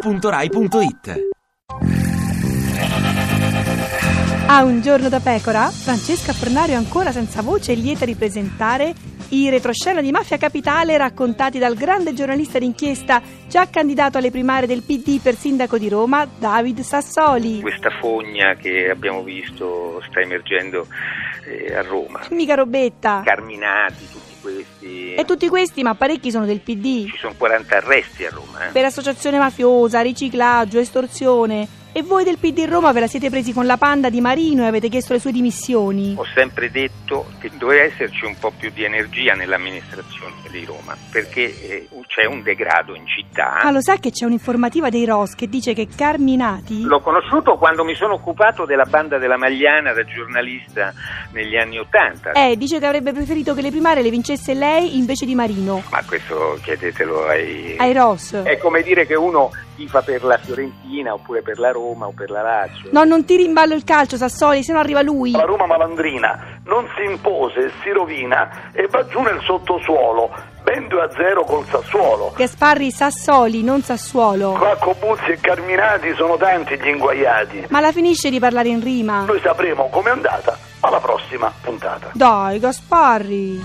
radio2pod.rai.it A un giorno da pecora, Francesca Fornario è ancora senza voce e lieta di presentare i retroscena di Mafia Capitale raccontati dal grande giornalista d'inchiesta già candidato alle primarie del PD per sindaco di Roma, David Sassoli. questa fogna che abbiamo visto sta emergendo eh, a Roma. Mica robetta. Carminati, tutti questi. E tutti questi, ma parecchi sono del PD. Ci sono 40 arresti a Roma. eh. Per associazione mafiosa, riciclaggio, estorsione. E voi del PD Roma ve la siete presi con la panda di Marino e avete chiesto le sue dimissioni. Ho sempre detto che doveva esserci un po' più di energia nell'amministrazione di Roma, perché eh, c'è un degrado in città. Ah, lo sa che c'è un'informativa dei ROS che dice che Carminati... L'ho conosciuto quando mi sono occupato della banda della Magliana da giornalista negli anni Ottanta. Eh, dice che avrebbe preferito che le primarie le vincesse lei invece di Marino. Ma questo chiedetelo ai... Ai Ross. È come dire che uno tifa per la Fiorentina oppure per la Roma o per la Lazio. No, non tiri in ballo il calcio, Sassoli, se no arriva lui. La Roma malandrina non si impose, si rovina e va giù nel sottosuolo, ben 2 a 0 col Sassuolo. Gasparri Sassoli, non Sassuolo. Qua Cobuzzi e Carminati sono tanti gli inguaiati. Ma la finisce di parlare in rima. Noi sapremo com'è andata alla prossima puntata. Dai, Gasparri.